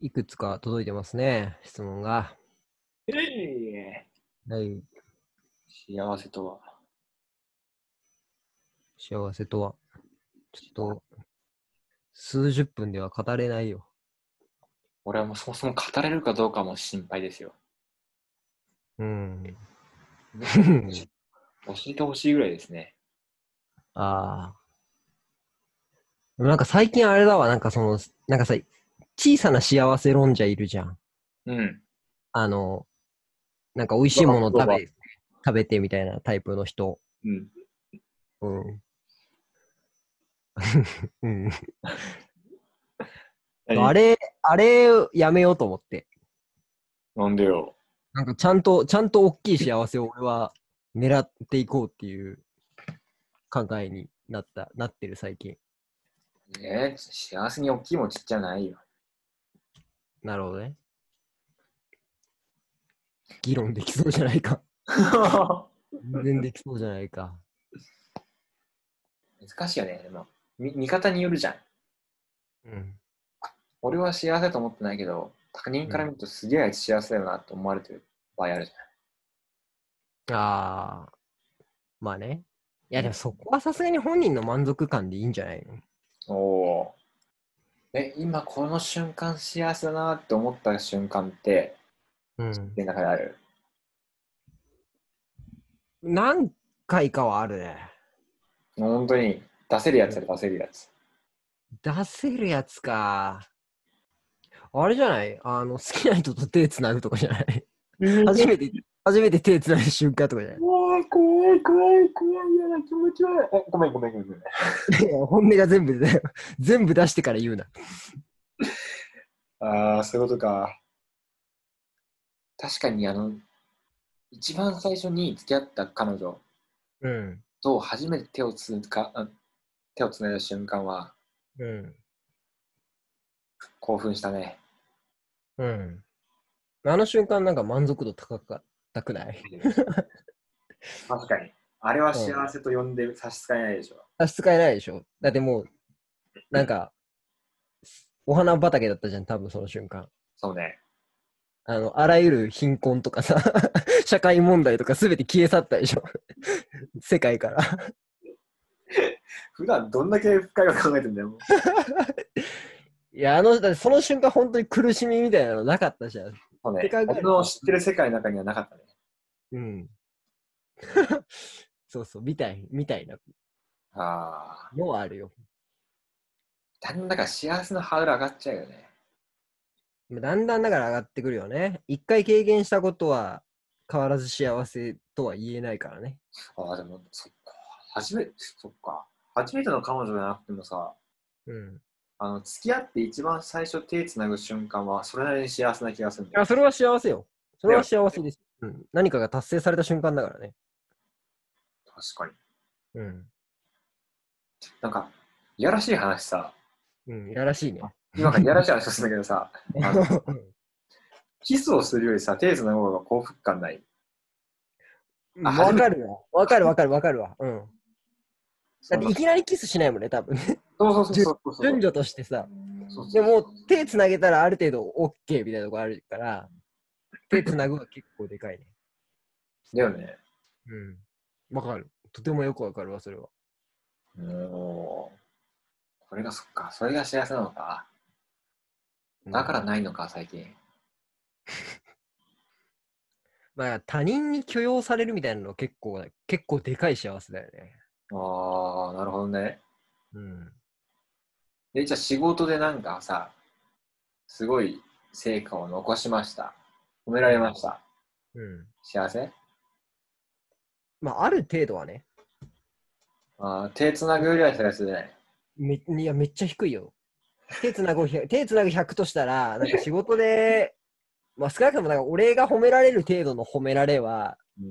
いくつか届いてますね、質問が。えはい。ー幸せとは。幸せとは。ちょっと、数十分では語れないよ。俺はもうそもそも語れるかどうかも心配で すよ。うん。教えてほしいぐらいですね。ああ。でもなんか最近あれだわ、なんかその、なんかさ、小さな幸せ論者いるじゃん。うん。あの、なんか美味しいものを食べ、食べてみたいなタイプの人。うん。うん。 うん、何あれ、あれやめようと思って。なんでよ。なんかちゃんと、ちゃんと大きい幸せを俺は狙っていこうっていう考えになった、なってる最近。えー幸せに大きいもちっちゃないよ。 なるほどね。議論できそうじゃないか。全然できそうじゃないか。難しいよね。でも、み見方によるじゃん。うん。俺は幸せだと思ってないけど、他人から見るとすげえあいつ幸せだよなって思われてる場合あるじああ。まあね。いやでもそこはさすがに本人の満足感でいいんじゃないのゃん。おお。え、今この瞬間幸せだなって思った瞬間って、うん。で中である。何回かはあるね。本当に、出せるやつは出せるやつ。出せるやつか。あれじゃないあの、好きな人と手つなぐとかじゃない初めて、 初めて手つないだ瞬間とかじゃな怖い怖い怖い怖い嫌な気持ち悪い。え、ごめんごめんごめんごめん。いいや 本音が全部で、全部出してから言うな。ああ、そういうことか。確かにあの、一番最初に付き合った彼女うん。と初めて手をつか、あ手をつないだ瞬間はうん。興奮したね。うん。あの瞬間なんか満足度高かったくない確かに。あれは幸せと呼んで差し支えないでしょ。差し支えないでしょだってもう、なんか、お花畑だったじゃん、多分その瞬間。そうね。あの、あらゆる貧困とかさ、 社会問題とかすべて消え去ったでしょ世界から。普段どんだけ深いこと考えてんだよ。いや、あの、だってその瞬間本当に苦しみみたいなのなかったじゃん。そうってね考え。る僕の知ってる世界の中にはなかったね。うん。 そうそう、みたい、みたいなああ。のはあるよ。だんだか幸せのハードル上がっちゃうよね。だんだんだから上がってくるよね。一回経験したことは変わらず幸せとは言えないからね。ああ、でも、そっか。初めて、そっか。初めての彼女じゃなくてもさ、うん。あの、付き合って一番最初手つなぐ瞬間は、それなりに幸せな気がするんいだよや、。それは幸せよ。それは幸せです。うん、何かが達成された瞬間だからね。確かに。うん。なんか、いやらしい話さ、うん、いやらしいね。今からいやらしい話をするんだけどさ、 あのキスをするよりさ、手つなぐ方が幸福感ない。 わかるわ。わかるわかるわかるわ。うん。だっていきなりキスしないもんね、多分ね。そうそうそうそうそう。順序としてさ。そうそうでも、手つなげたらある程度 OK みたいなとこあるから、手つなぐは結構でかいね。だよね。うん。わかる。とてもよくわかるわ、それは。もう、これがそっか。それが幸せなのか。だからないのか、最近。まあ、他人に許容されるみたいなのは結構、結構でかい幸せだよね。ああ、なるほどね。うん。え、じゃあ仕事でなんかさ、すごい成果を残しました。褒められました。うん。幸せまあ、ある程度はね。あー手つなぐよりは幸せじゃない。めいやめっちゃ低いよ。手つなぐ100手つ なぐ100としたら、なんか仕事で、 まあ、少なくともなんか俺が褒められる程度の褒められはう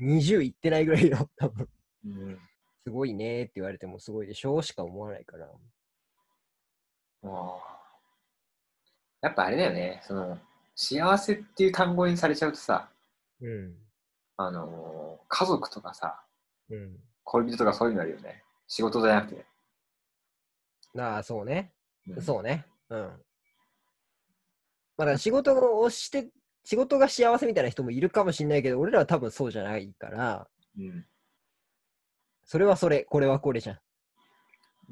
ん、 20いってないぐらいよ、 多分。うん。すごいねーって言われてもすごいでしょうしか思わないから。あーやっぱあれだよね。その、幸せっていう単語にされちゃうとさ、うん。あのー家族とかさ、うん。恋人とかそういうのあるよね。仕事じゃなくて。ああ、そうね。うんそうね。うん。まあ、だから仕事をして、仕事が幸せみたいな人もいるかもしれないけど、俺らは多分そうじゃないから、うん。それはそれ、これはこれじゃん。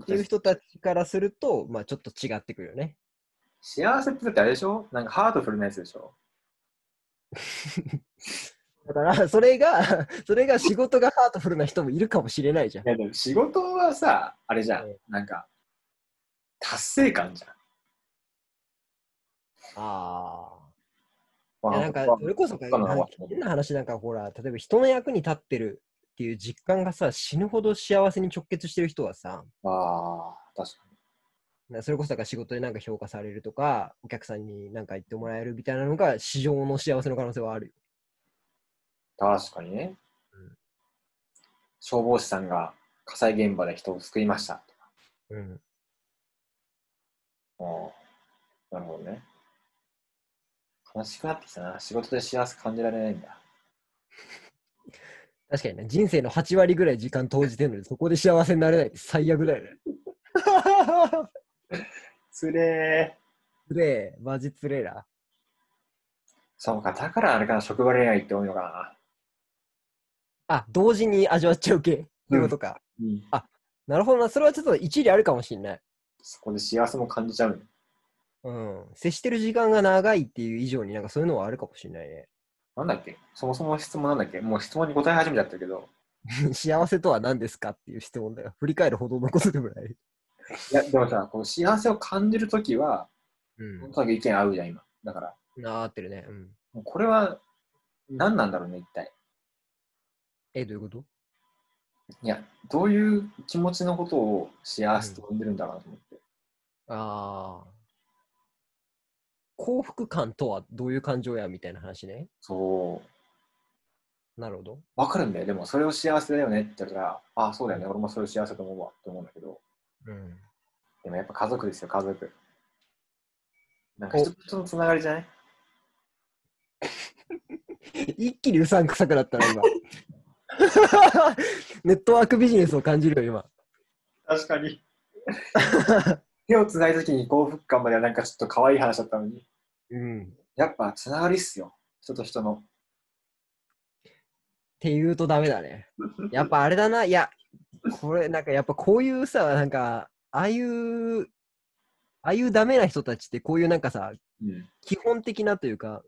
っていう人たちからすると、まあちょっと違ってくるよね。幸せってだってあれでしょなんかハートフルなやつでしょだから、 それが、それが仕事がハートフルな人もいるかもしれないじゃんい。やでも仕事はさ、あれじゃうんん。なんか、達成感じゃん。ああ。まいやあなんか、まあそれこそか他のなんか変な話なんかほら、例えば人の役に立ってるっていう実感がさ、死ぬほど幸せに直結してる人はさ、ああ、確かに。なそれこそだから仕事でなんか評価されるとか、お客さんになんか言ってもらえるみたいなのが、市場の幸せの可能性はあるよ。確かにね。うん消防士さんが火災現場で人を救いましたとか。うん。もう、なるほどね。悲しくなってきたな。仕事で幸せ感じられないんだ。確かにね、人生の8割ぐらい時間投じてるのに、そこで幸せになれないって最悪だよね。つれつー。れえ、マジつれえな。そうか、だからあれかな、職場恋愛って多いのかあ、同時に味わっちゃう系っていうことか。な。うん。なるほどな、それはちょっと一理あるかもしれない。そこで幸せも感じちゃうの。うん、接してる時間が長いっていう以上になんかそういうのはあるかもしれないなんだっけそもそも質問なんだっけもう質問に答え始めちゃったけど。ね。幸せとは何ですかっていう質問だよ。振り返るほどのことでもない。いや、でもさ、こう幸せを感じるときは、う本当に意見合うじゃん、今。だから、ん。なあ合ってるね。うん。もうこれは何なんだろうね、一体。え、どういうこといや、どういう気持ちのことを幸せと呼んでるんだろうなと思って。ああ。幸福感とはどういう感情やみたいな話ね。そう。なるほど。わかるんだよ。でも、それを幸せだよねって言ったら、ああ、そうだよね。俺もそれを幸せと思うわって思うんだけど、うん。でもやっぱ家族ですよ、家族。なんかお人と人のつながりじゃない一気にうさんくさくなった な、今。ネットワークビジネスを感じるよ、確かに。今。 手をつないだときに幸福感まではなんかちょっと可愛い話だったのに、うん。っやっぱつながりっすよ。人と人の。て言うとダメだね。やっぱあれだな、いや、これなんかやっぱこういうさ、なんか、ああいう、ああいうダメな人たちってこういうなんかさ、うん。基本的なというか、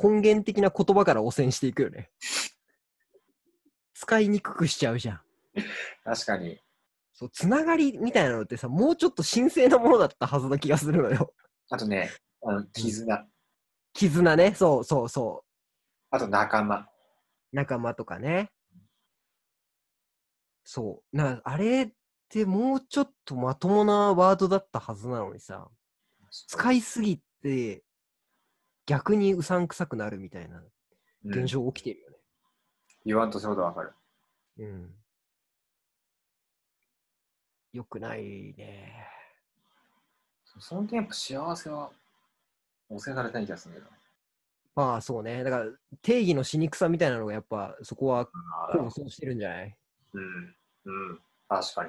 根源的な言葉から汚染していくよね。使いにくくしちゃうじゃん。確かに。そう、つながりみたいなのってさ、もうちょっと神聖なものだったはずな気がするのよ。あとね、あの絆。絆ね、そうそうそあと仲間。う。仲間とかね。そう。な、あれってもうちょっとまともなワードだったはずなのにさ。使いすぎて逆にうさんくさくなるみたいなうん現象起きてるよね。言わんとすることわかる。うん。よくないね。その点やっぱ幸せは汚染されてない気がするんだよまあそうね。だから定義のしにくさみたいなのがやっぱそこは功なを。奏してるんじゃないうん。うん。確か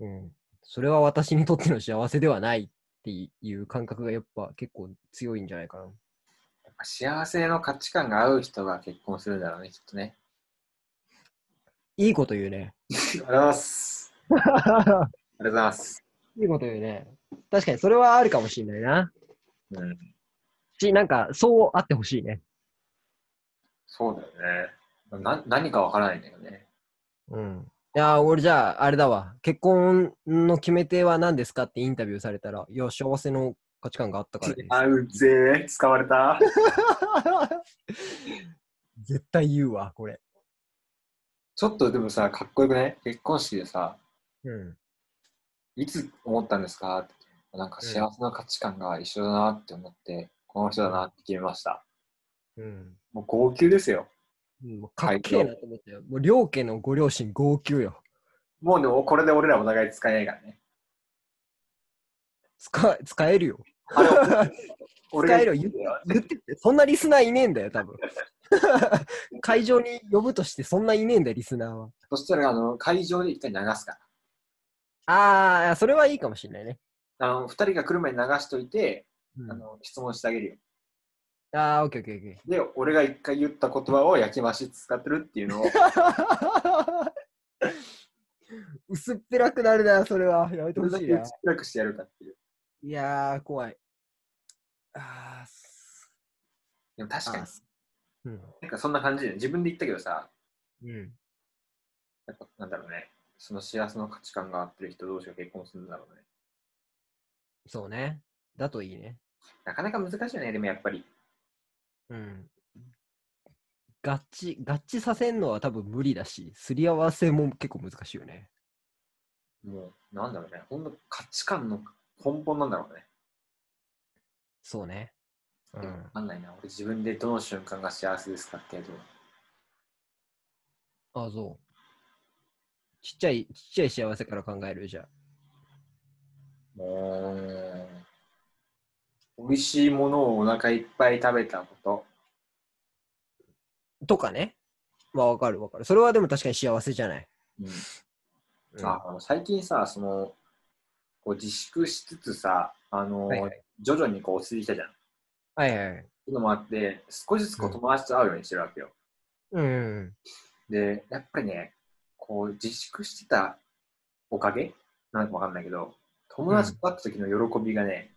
に。うん。それは私にとっての幸せではないっていう感覚がやっぱ結構強いんじゃないかな。やっぱ幸せの価値観が合う人が結婚するんだろうね、きっとね。いいこと言う ね。ありがとうございます。ありがとうございます。いいこと言うね。確かにそれはあるかもしれないな。うん。し、なんかそうあってほしいね。そうだよね。な何かわからないんだよね。うん。いやー、俺じゃあ、あれだわ。結婚の決め手は何ですかってインタビューされたら、いや、幸せの価値観があったからです。合うぜ、使われた。 絶対言うわ、これ。ちょっとでもさ、かっこよくね結婚式でさ、うん。いつ思ったんですかって。なんか幸せの価値観が一緒だなって思って、この人だなって決めました。うん。もう号泣ですよ。もうかっけえなと思ったよ。もう両家のご両親号泣よ。もうでもこれで俺らお互い使えないからね。使使えるよ。あれ俺使えがるよ。言ってって、そんなリスナーいねえんだよ、多分。 会場に呼ぶとして、そんないねえんだよ、リスナーは。そしたらあの会場で一回流すから。あー、それはいいかもしれないね。あの二人が来る前に流しといて、うんあの質問してあげるよ。あー、オッケーオッケーオッケで、俺が一回言った言葉を焼き増し使ってるっていうの をー。 薄っぺらくなるな、それは。やめてほどれだしけいな薄っ。ぺらくしてやるかっていう。いやー、怖い。あーすでも確かにあ、すうん。なんかそんな感じで、自分で言ったけどさ、うん。やっぱなんだろうね、その幸せの価値観が合ってる人同士が結婚するんだろうね。そうね。だといいね。なかなか難しいよね、でもやっぱり。うん。合致、合致させんのは多分無理だし、すり合わせも結構難しいよね。もう、なんだろうね、ほんと価値観の根本なんだろうね。そうね。うでもんわ。かんないな、俺自分でどの瞬間が幸せですかってやるあ、そう。ちっちゃい、ちっちゃい幸せから考えるじゃあ。もう、美味しいものをお腹いっぱい食べたこと。とかね。まあ、わかるわかる。それはでも確かに幸せじゃない。うんうんあの最近さ、その、こう自粛しつつさ、あの、はいはい徐々にこう落ち着いてきたじゃん。はいはい。っていうのもあって、少しずつこう友達と会うようにしてるわけよ。うん。で、やっぱりね、こう自粛してたおかげなんかわかんないけど、友達と会った時の喜びがね、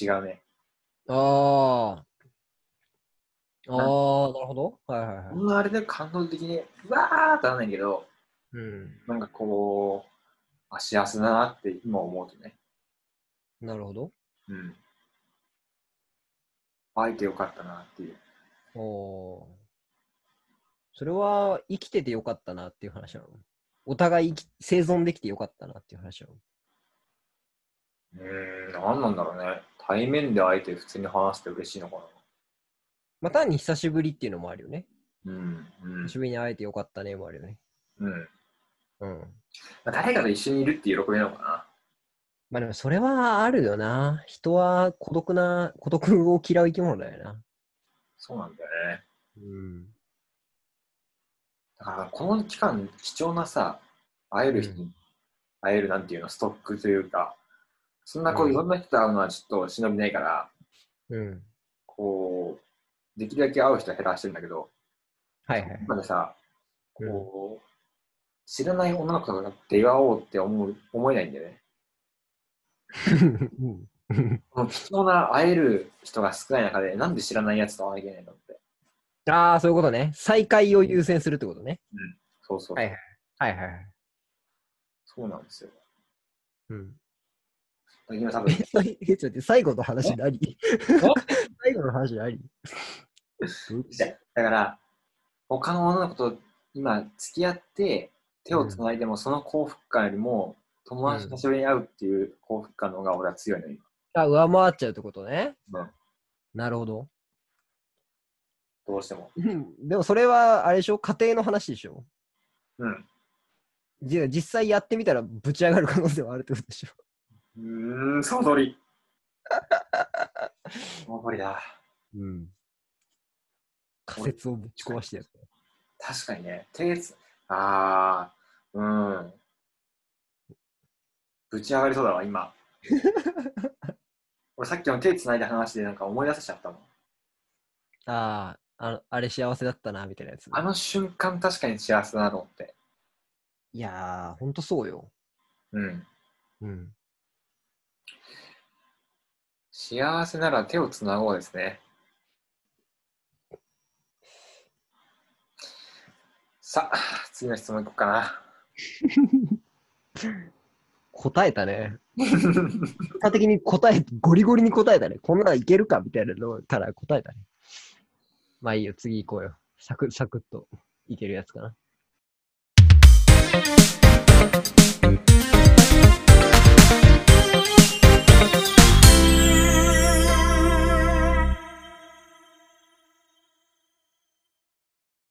違うね。ああ。ああ、なるほど。はいはいこはい。んなあれで感動的に、うわーってなんないけど、うん。なんかこう、あ、幸せだなって今思うとね。なるほど。うん。会えてよかったなっていう。おお。それは生きててよかったなっていう話なの。お互い生き生存できてよかったなっていう話なの。うーん、何なんだろうね。対面で会えて普通に話して嬉しいのかまあ、単に久しぶりっていうのもあるよね。な。うん、うん久しぶりに会えてよかったねもあるよね。うん。うん。まあ誰かと一緒にいるっていう喜びなのかまあでもそれはあるよな。人は孤独な、孤独を嫌う生き物だよな。な。そうなんだよね。うん。だから、この期間、貴重なさ、会える人に会えるなんていうの、ストックというか、そんなこうう、んいろんな人と会うのはちょっと忍びないから、うん。こう、できるだけ会う人は減らしてるんだけど、はいはい。までさ、うんこう、知らない女の子と出会おうって思う、思えないんだよね。うんこの貴重な会える人が少ない中で、なんで知らないやつと会わなきゃいけないのって。ああ、そういうことね。再会を優先するってことね。そうそう。はいはいはいはいはい。そうなんですよ。うん。今多え、分、ちょっと待って、最後の話何 最後の話何どういうこだから、他の女の子と今付き合って、手をつないでもその幸福感よりも、友達と久しぶりに会うっていう幸福感の方が俺は強いの、今。とあ、上回っちゃうってことね。うんなるほど。どうしても。うんでもそれは、あれでしょ家庭の話でしょうん。じゃあ実際やってみたらぶち上がる可能性はあるってことでしょうーん、その通り。その通りだ。うん。仮説をぶち壊してやる。確かにね。手つ、あー、うん。ぶち上がりそうだわ、今。俺さっきの手つないだ話でなんか思い出せちゃったもん。ああ、あのあれ幸せだったな、みたいなやつ。あの瞬間確かに幸せだなと思って。いやー、ほんとそうよ。うん。うん。幸せなら手をつなごうですね。さあ、次の質問いこうかな。答えたね。結果的に答え、ゴリゴリに答えたね。こんなのいけるかみたいなのから答えたね。まあいいよ、次行こうよ。サクッサクッといけるやつかな。